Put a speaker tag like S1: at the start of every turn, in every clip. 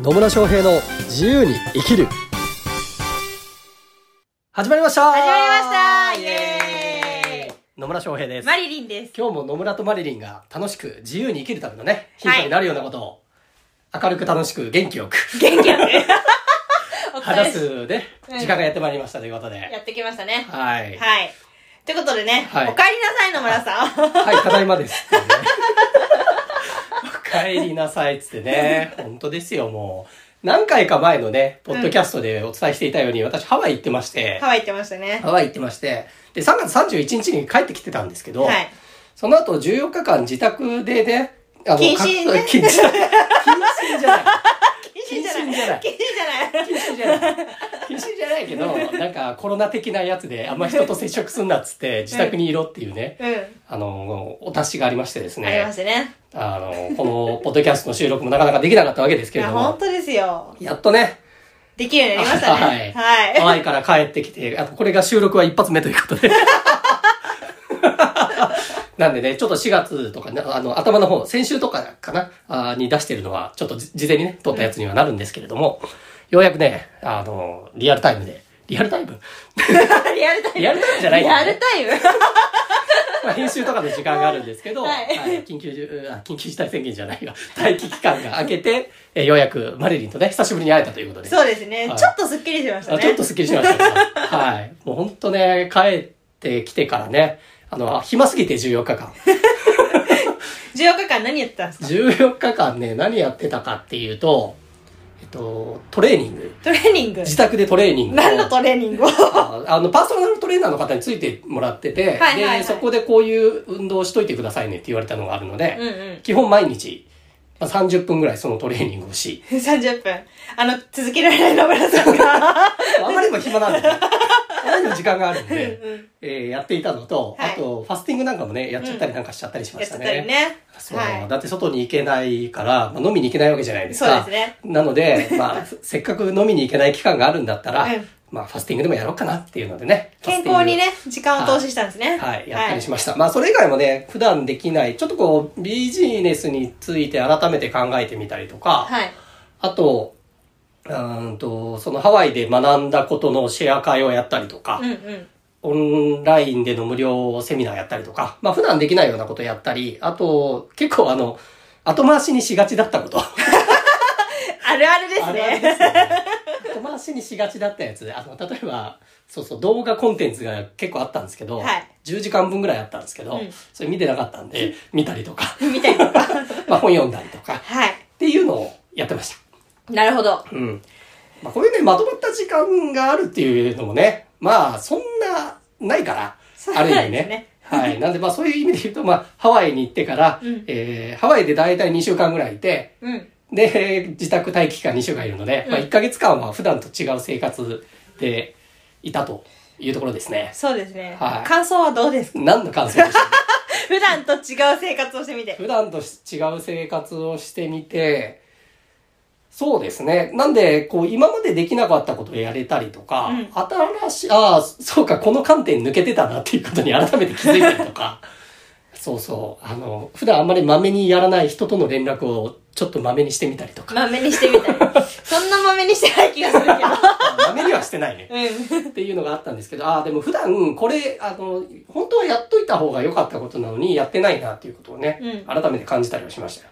S1: 野村翔平の自由に生きる始まりました
S2: 始まりましたイエーイ
S1: 野村翔平です
S2: マリリンです。
S1: 今日も野村とマリリンが楽しく自由に生きるためのねヒント
S2: は
S1: に
S2: い
S1: なるようなことを明るく楽しく元気よく
S2: 元気 やね。お疲れ
S1: 話すね
S2: はい
S1: 時間がやってまいりましたということで
S2: やってきましたね。
S1: はいはい、
S2: はい。ということでね、
S1: はい
S2: お帰りなさい、野村さん。
S1: ただいまです ってねお帰りなさいっつってね本当ですよもう何回か前のねポッドキャストでお伝えしていたように、私ハワイ行ってまして
S2: ハワイ行ってましたね。
S1: ハワイ行ってましてで3月31日に帰ってきてたんですけど、
S2: はい。
S1: その後14日間自宅でね、あの
S2: 謹慎
S1: か
S2: ね
S1: 謹慎謹慎じゃない。
S2: 謹慎
S1: 謹慎
S2: じゃ
S1: じゃな
S2: ないい。謹慎じゃな
S1: 謹慎じゃな
S2: い。
S1: い。謹慎じゃないけ ど、なんかコロナ的なやつであんま人と接触すんなっつって自宅にいろっていうね、あの、お達しがありましてです
S2: うん。ありま
S1: ね
S2: し、たね。
S1: あの、このポッドキャストの収録もなかなかできなかったわけです
S2: い
S1: けれ
S2: や、
S1: ど
S2: 本
S1: も、
S2: 当ですよ。
S1: やっとね、
S2: できるようになりましたね。
S1: はい。
S2: はい。
S1: ハワイから帰ってきて、あとこれが収録は一発目ということで。 なんでね、ちょっと4月とかね、あの、頭の方、先週とかかな、あーに出してるのは、ちょっとじ事前にね、撮ったやつにはなるんですけれども、ようやくね、あの、リアルタイムで、リアルタイム
S2: リアルタイム。
S1: リアルタイムじゃない
S2: リアルタイム。
S1: まあ編集とかの時間があるんですけど、
S2: はい
S1: はい緊急じゅ、あ緊急事態宣言じゃないわ、待機期間が明けて、えーようやくマリリンとね、久しぶりに会えたということで。
S2: そうですね
S1: は。い
S2: ちょっとスッキリしました
S1: あ
S2: ね。
S1: ちょっとすっきりしましたけどはい。もうほんとね、帰ってきてからね、あの、暇すぎて14日間。
S2: 14日間何やってたんですか
S1: 14日間ね、何やってたかっていうと、えっと、トレーニング。
S2: トレーニング。
S1: 自宅でトレーニングを。
S2: 何のトレーニングを
S1: ああの、パーソナルトレーナーの方についてもらってて、
S2: はいはいはい
S1: で、そこでこういう運動をしといてくださいねって言われたのがあるので、
S2: うんうん。
S1: 基本毎日、まあ、30分ぐらいそのトレーニングをし、
S2: 30分。あの、続けられない野村さんが。
S1: あまりにも暇なんで、あまりにも時間があるんで、
S2: うんうん
S1: えーやっていたのと、
S2: はい
S1: あと、ファスティングなんかもね、やっちゃったりなんかしちゃったりしま
S2: やっ
S1: してた
S2: た
S1: ね。
S2: りね。
S1: そう、
S2: はい
S1: だって外に行けないから、まあ、飲みに行けないわけじゃないですか。
S2: そうですね
S1: なので、まあ、せっかく飲みに行けない期間があるんだったら、
S2: うん
S1: まあ、ファスティングでもやろうかなっていうのでね。
S2: 健康に
S1: ファスティング。
S2: ね、時間を投資したんですね。
S1: はい、やったりしました。まあ、それ以外もね、普段できない、ちょっとこう、ビジネスについて改めて考えてみたりとか、
S2: はい。
S1: あと、うーんと、そのハワイで学んだことのシェア会をやったりとか
S2: う、んうん。
S1: オンラインでの無料セミナーやったりとか、まあ普段できないようなことやったり、あと、結構あの、後回しにしがちだったこと。
S2: あるあるです
S1: あれあれ
S2: ね。
S1: ですよね後回しにしがちだったやつ。あの、例えば、そうそう、動画コンテンツが結構あったんですけど、
S2: はい
S1: 10時間分ぐらいあったんですけど、
S2: うん
S1: それ見てなかったんで、見たりとか、
S2: みたいな。
S1: まあ本読んだりとか、っ
S2: は
S1: ていうのをやってました。
S2: い。なるほど。
S1: うん。まあ、こういうね、まとまった時間があるっていうのもね、まあ、そんな、ないから
S2: そ、う
S1: ある意味
S2: で
S1: ね
S2: すね。
S1: はい。なんで、まあ、そういう意味で言うと、まあ、ハワイに行ってから、
S2: うん
S1: えーハワイで大体2週間ぐらいいて、
S2: うん。
S1: で、自宅待機期間2週間いるので、まあ、
S2: うん
S1: 1ヶ月間は普段と違う生活でいたというところですね。
S2: そうですね。
S1: はい
S2: 感想はどうですか
S1: 何の感想でした
S2: 普段と違う生活をしてみて。
S1: 普段とし違う生活をしてみて、そうですね。なんで、こう、今までできなかったことをやれたりとか、
S2: うん
S1: 新しい、ああ、そうか、この観点抜けてたなっていうことに改めて気づいたりとか、 そうそう、あの、普段あんまりまめにやらない人との連絡をちょっとまめにしてみたりと か、
S2: まめにして みたい。そんなまめにしてない気がする
S1: まめにはしてないね。
S2: けど。うん。
S1: っていうのがあったんですけど、ああ、でも普段これ、あの、本当はやっといた方が良かったことなのに、やってないなっていうことをね、
S2: うん
S1: 改めて感じたりはしましたよ。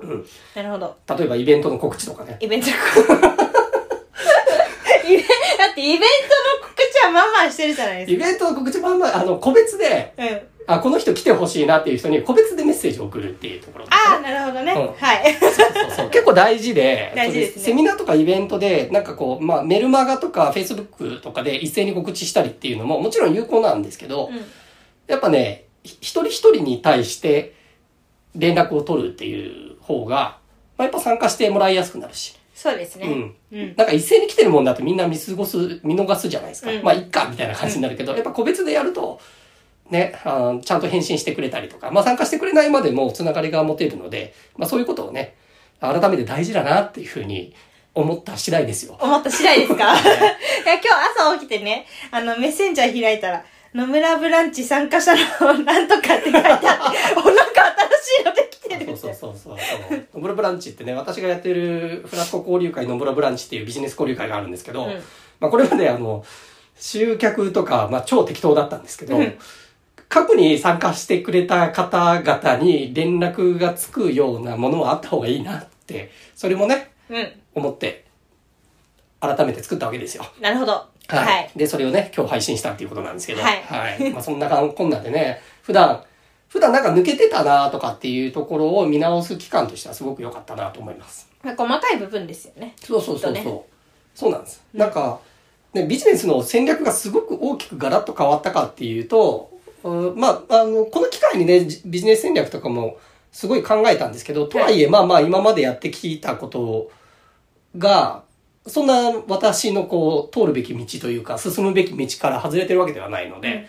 S1: うん。
S2: なるほど。
S1: 例えばイベントの告知とかね。
S2: イベント の告イベだってイベントの告知はまあまあしてるじゃない
S1: イ
S2: です
S1: ベントの告知版は、あの、個別で、
S2: か。うん。
S1: あ、この人来てほしいなっていう人に個別でメッセージを送るっていうところ、ね。
S2: ああ、なるほどね。
S1: うん
S2: はい。
S1: そうそう結構大事で、
S2: 大事ですね
S1: セミナーとかイベントで、なんかこう、まあ、メルマガとか Facebook とかで一斉に告知したりっていうのも、もちろん有効なんですけど、
S2: うん。
S1: やっぱね、ひ一人一人に対して連絡を取るっていう方が、まあ、やっぱ参加してもらいやすくなるし。
S2: そうですね。
S1: うん。
S2: うん。
S1: なんか一斉に来てるもんだとみんな見過ごす、見逃すじゃないですか。
S2: うん
S1: まあ、いっか、みたいな感じになるけど、やっぱ個別でやると、ね、あーちゃんと返信してくれたりとか、まあ、参加してくれないまでもつながりが持てるので、まあ、そういうことをね、改めて大事だなっていうふうに思った次第ですよ。
S2: 思った次第です かいや今日朝起きてね、あの、メッセンジャー開いたら、 野村ブランチ参加者のなんとかって書いてあって、お、なんか新しいのできてけて
S1: そう
S2: る
S1: そうそうそう。あのノブラブランチってね、私がやってるフラスコ交流会ノブラブランチっていうビジネス交流会があるんですけど、
S2: うん
S1: まあこれまであの、集客とか、まあ超適当だったんですけど、
S2: うん
S1: 過去に参加してくれた方々に連絡がつくようなものはあった方がいいなって、それもね、
S2: うん
S1: 思って、改めて作ったわけですよ。
S2: なるほどはい、
S1: で、それをね、今日配信したっていうことなんですけど、
S2: は い
S1: まあ、そんな感こんなんでね、普段、普段なんか抜けてたなとかっていうところを見直す期間としてはすごく良かったなと思います。
S2: まあ細かい部分ですよね
S1: そうそうそう
S2: きっ
S1: そう。
S2: と
S1: そうなんです。なんか、ね、ビジネスの戦略がすごく大きくガラッと変わったかっていうと、うんまあ、あの、この機会にね、じビジネス戦略とかもすごい考えたんですけど、とはいえ、まあまあ、今までやってきたことが、そんな私のこう、通るべき道というか、進むべき道から外れてるわけではないので、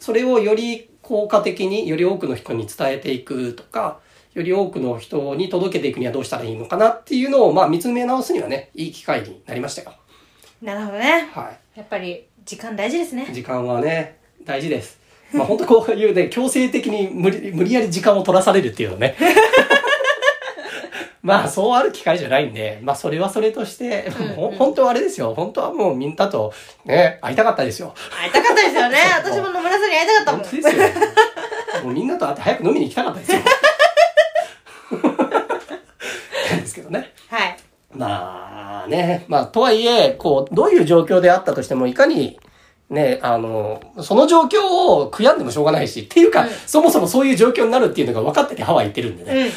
S1: それをより効果的により多くの人に伝えていくとか、より多くの人に届けていくにはどうしたらいいのかなっていうのを、まあ見つめ直すにはね、いい機会になりましたよ。
S2: なるほどね
S1: は
S2: やっぱり時間大事ですね
S1: い。時間はね、大事です。まあ本当こういうね、強制的に無理無理やり時間を取らされるっていうのね。 まあそうある機会じゃないんで、まあそれはそれとして、もう本当はあれですよ。本当はもうみんなとね、会いたかったですよ。
S2: 会いたかったですよ ね
S1: そう
S2: 私も野村さんに会いたかったも
S1: 本
S2: ん
S1: 当ですよ。もうみんなと会って早く飲みに行きたかったですよ。 なんですけどね。
S2: はい
S1: まあね、まあとはいえ、こう、どういう状況であったとしても、いかに、ね、あの、その状況を悔やんでもしょうがないし、っていうか、
S2: うん
S1: そもそもそういう状況になるっていうのが分かっててハワイ行ってるんでね。
S2: うん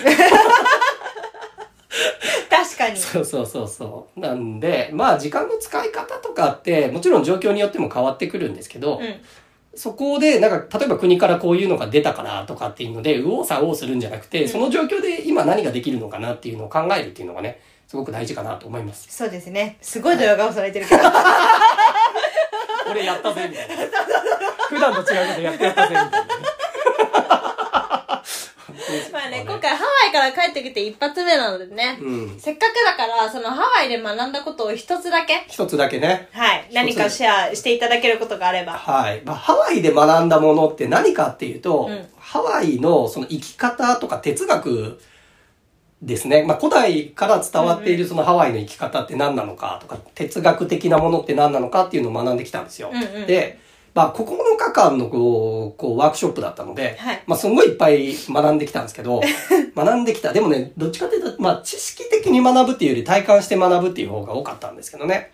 S2: 確かに
S1: そうそうそうそう。なんで、まあ時間の使い方とかって、もちろん状況によっても変わってくるんですけど、
S2: うん
S1: そこで、なんか、例えば国からこういうのが出たからとかっていうので、右往左往するんじゃなくて、その状況で今何ができるのかなっていうのを考えるっていうのがね、すごく大事かなと思います。
S2: そうですねすごいドヤ顔されてるけどそう
S1: 俺やったぜ、みたいな。 普段と違うことやってやったぜ、みたいなね。
S2: まあね今回ハワイから帰ってきて一発目なのでね、
S1: うん。
S2: せっかくだからそのハワイで学んだことを一つだけ
S1: 一つだけね。
S2: はい何かシェアしていただけることがあれば
S1: はい。まあ、ハワイで学んだものって何かっていうと、
S2: うん
S1: ハワイのその生き方とか哲学ですね。まあ、古代から伝わっているそのハワイの生き方って何なのかとか、哲学的なものって何なのかっていうのを学んできたんですよ。
S2: うんうん
S1: で、まあ、9日間のこう、こうワークショップだったので、
S2: はい
S1: まあ、すごいいっぱい学んできたんですけ ど、学んできた。でもね、どっちかっていうと、まあ、知識的に学ぶっていうより体感して学ぶっていう方が多かったんですけどね。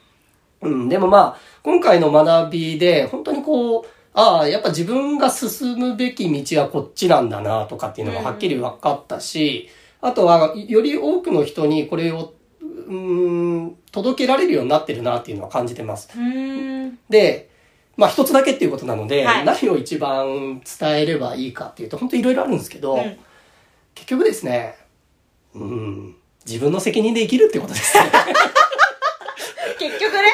S1: うん、でもまあ、今回の学びで、本当にこう、ああ、やっぱ自分が進むべき道はこっちなんだな、とかっていうのがはっきり分かったし、あとは、より多くの人にこれを、うーん、届けられるようになってるな、っていうのは感じてます。
S2: うーん
S1: で、まあ一つだけっていうことなので、
S2: はい
S1: 何を一番伝えればいいかっていうと、本当いろいろあるんですけど、
S2: うん
S1: 結局ですね、うん、自分の責任で生きるってことですね。
S2: 結局ね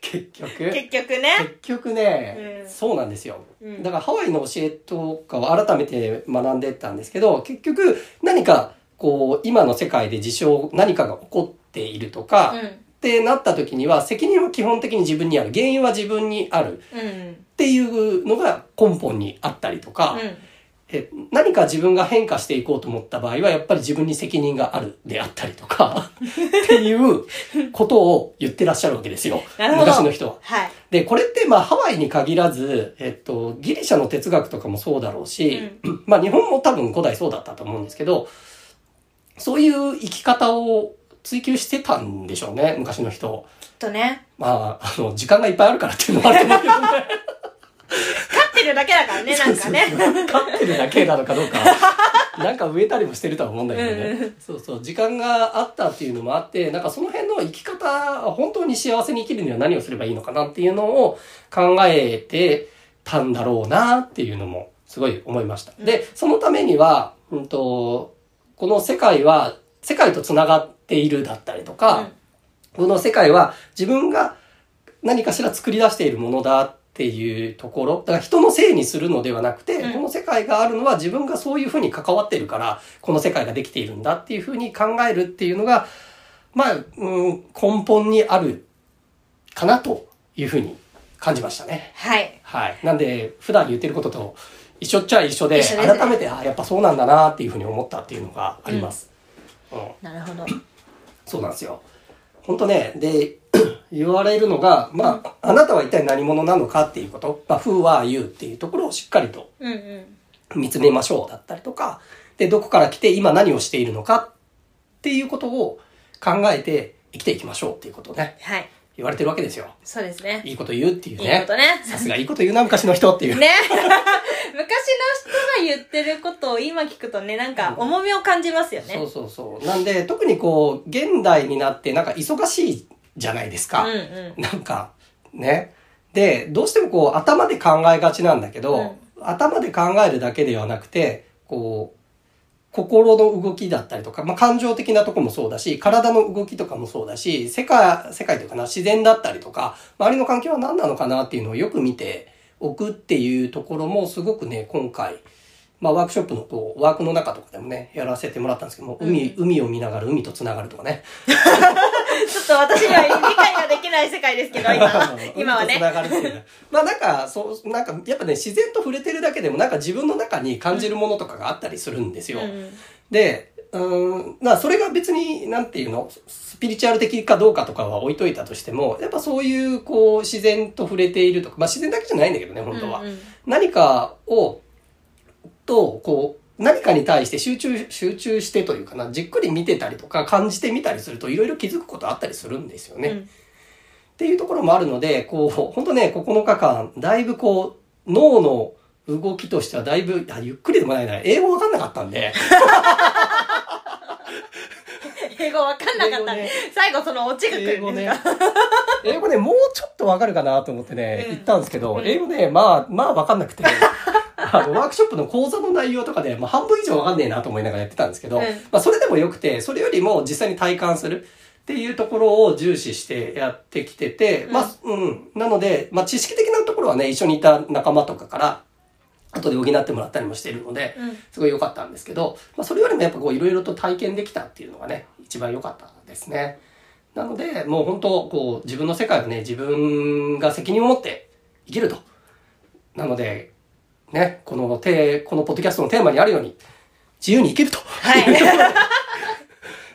S1: 結局。
S2: 結局ね
S1: 結局ね、
S2: うん
S1: そうなんですよ、
S2: うん
S1: だからハワイの教えとかを改めて学んでったんですけど結局何かこう今の世界で事象何かが起こっているとか、
S2: うん
S1: ってなった時には責任は基本的に自分にある原因は自分にあるっ
S2: うん
S1: ていうのが根本にあったりとか、
S2: うん
S1: え何か自分が変化していこうと思った場合はやっぱり自分に責任があるであったりとか っていうことを言ってらっしゃるわけですよ
S2: なるほど
S1: 昔の人は。
S2: はい
S1: で、これってまあハワイに限らず、えっと、ギリシャの哲学とかもそうだろうし、まあ日本も多分古代そうだったと思うんですけど、そういう生き方を追求してたんでしょうね、昔の人。
S2: きっとね
S1: まあ、あの、時間がいっぱいあるからっていうのもあると思うけどね。
S2: 勝ってるだけだからねなんかね
S1: 飼ってるだけなのかどうか。 なんか植えたりもしてるとは思うんだけどね。
S2: うんう
S1: そうそう。時間があったっていうのもあって、なんかその辺の生き方、本当に幸せに生きるには何をすればいいのかなっていうのを考えてたんだろうなっていうのもすごい思いました。で、そのためには、うんと、この世界は、世界と繋がっているだったりとか、
S2: うん
S1: この世界は自分が何かしら作り出しているものだっていうところ。だから人のせいにするのではなくて、
S2: うん
S1: この世界があるのは自分がそういうふうに関わってるから、この世界ができているんだっていうふうに考えるっていうのが、まあ、うん、根本にあるかなというふうに感じましたね。
S2: はい
S1: はい。なんで、普段言ってることと一緒っちゃ一緒で、
S2: 一緒ですね
S1: 改めて、あ、やっぱそうなんだなっていうふうに思ったっていうのがあります。うん
S2: なるほ ど。
S1: そうなんですよ。本当ね、で、 言われるのが、まあ、あなたは一体何者なのかっていうこと、まあ、who are you っていうところをしっかりと
S2: うんうん。
S1: 見つめましょうだったりとか、で、どこから来て今何をしているのかっていうことを考えて生きていきましょうっていうことをね、
S2: はい。
S1: 言われてるわけですよ。
S2: そうですね。
S1: いいこと言うっていうね。
S2: いいことね
S1: さすがいいこと言うな、昔の人っていう。
S2: ね 昔の人が言ってることを今聞くとね、なんか重みを感じますよね。
S1: そうそうそう。なんで、特にこう、現代になってなんか忙しいじゃないですか。
S2: うんう ん。
S1: なんか、ね。で、どうしてもこう、頭で考えがちなんだけど、頭で考えるだけではなくて、こう、心の動きだったりとか、まあ、感情的なとこもそうだし、体の動きとかもそうだし、世界、世界というかな、自然だったりとか、周りの環境は何なのかなっていうのをよく見ておくっていうところもすごくね、今回、まあ、ワークショップのこう、ワークの中とかでもね、やらせてもらったんですけども、海、海を見ながら海と繋がるとかね。。
S2: ちょっと私には理解ができない世界ですけど、今 は 今は
S1: 海と
S2: ね。
S1: 繋がるっていうねまあなんか、そう、なんか、やっぱね、自然と触れてるだけでも、なんか自分の中に感じるものとかがあったりするんです
S2: うん
S1: よ。
S2: うん
S1: で、うーん、まあそれが別に、なんていうの、スピリチュアル的かどうかとかは置いといたとしても、やっぱそういう、こう、自然と触れているとか、まあ自然だけじゃないんだけどね、本当は。
S2: うんうん
S1: 何かを、と、こう、何かに対して集中、集中してというかな、じっくり見てたりとか、感じてみたりすると、いろいろ気づくことあったりするんですよね。
S2: うん
S1: っていうところもあるので、こう、本当ね、9日間、だいぶこう、脳の動きとしてはだいぶ、あゆっくりでもないな、英語わかんなかったん で、
S2: 英語わかんなかっ
S1: 英語
S2: た
S1: ね。
S2: 最後そのオチが来
S1: 英語
S2: るんです
S1: ね
S2: か。、
S1: 英語ね、もうちょっとわかるかなと思ってね、
S2: うん
S1: 行ったんですけど、
S2: うん
S1: 英語ね、まあ、まあわかんな くて、あのワークショップの講座の内容とかで、まあ半分以上わかんねえなと思いながらやってたんですけど、
S2: うん
S1: まあそれでもよくて、それよりも実際に体感する。っていうところを重視してやってきてて、まあ、うん。なので、まあ、知識的なところはね、一緒にいた仲間とかから、後で補ってもらったりもしているので、
S2: うん
S1: すごい良かったんですけど、まあ、それよりもやっぱこういろいろと体験できたっていうのがね、一番良かったですね。なので、もう本当、こう、自分の世界をね、自分が責任を持って生きると。なので、ね、このテーこのポッドキャストのテーマにあるように、自由に生きると。
S2: はい。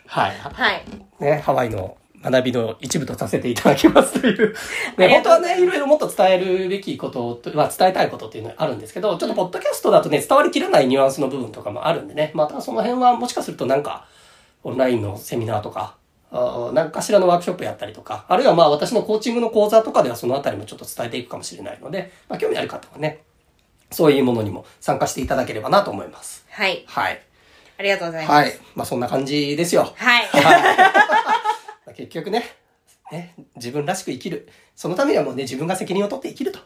S1: はい。
S2: はい。
S1: ね、ハワイの学びの一部とさせていただきますと いう。ね、
S2: あり
S1: 本当
S2: がとう
S1: はね、いろいろもっと伝えるべきことと、まあ、伝えたいことっていうのはあるんですけど、ちょっとポッドキャストだとね、伝わりきらないニュアンスの部分とかもあるんでね、またその辺はもしかするとなんか、オンラインのセミナーとか、あーなんかしらのワークショップやったりとか、あるいはまあ私のコーチングの講座とかではそのあたりもちょっと伝えていくかもしれないので、まあ興味ある方はね、そういうものにも参加していただければなと思います。
S2: はい。
S1: はい。
S2: ありがとうございます。
S1: はい。まあそんな感じですよ。
S2: はい。
S1: はい、結局ねね自分らしく生きるそのためにはもうね自分が責任を取って生きると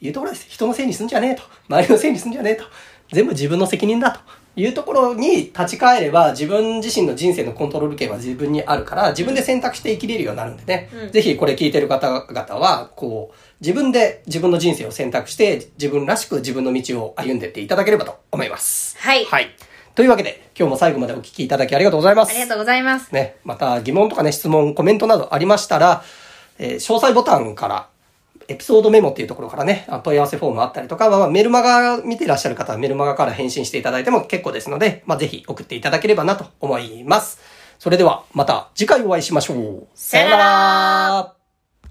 S1: いうところです、人のせいにすんじゃねえと周りのせいにすんじゃねえと全部自分の責任だというところに立ち返れば自分自身の人生のコントロール権は自分にあるから自分で選択して生きれるようになるんでね、
S2: うん
S1: ぜひこれ聞いてる方々はこう自分で自分の人生を選択して自分らしく自分の道を歩んでっていただければと思います。
S2: はい。
S1: はい、というわけで今日も最後までお聞きいただきありがとうございます。
S2: ありがとうございます。
S1: ね、また疑問とかね、質問、コメントなどありましたら、えー詳細ボタンから、エピソードメモっていうところからね、あ問い合わせフォームあったりとか、まあまあ、メルマガ見てらっしゃる方はメルマガから返信していただいても結構ですので、まあ、ぜひ送っていただければなと思います。それではまた次回お会いしましょう。
S2: さよなら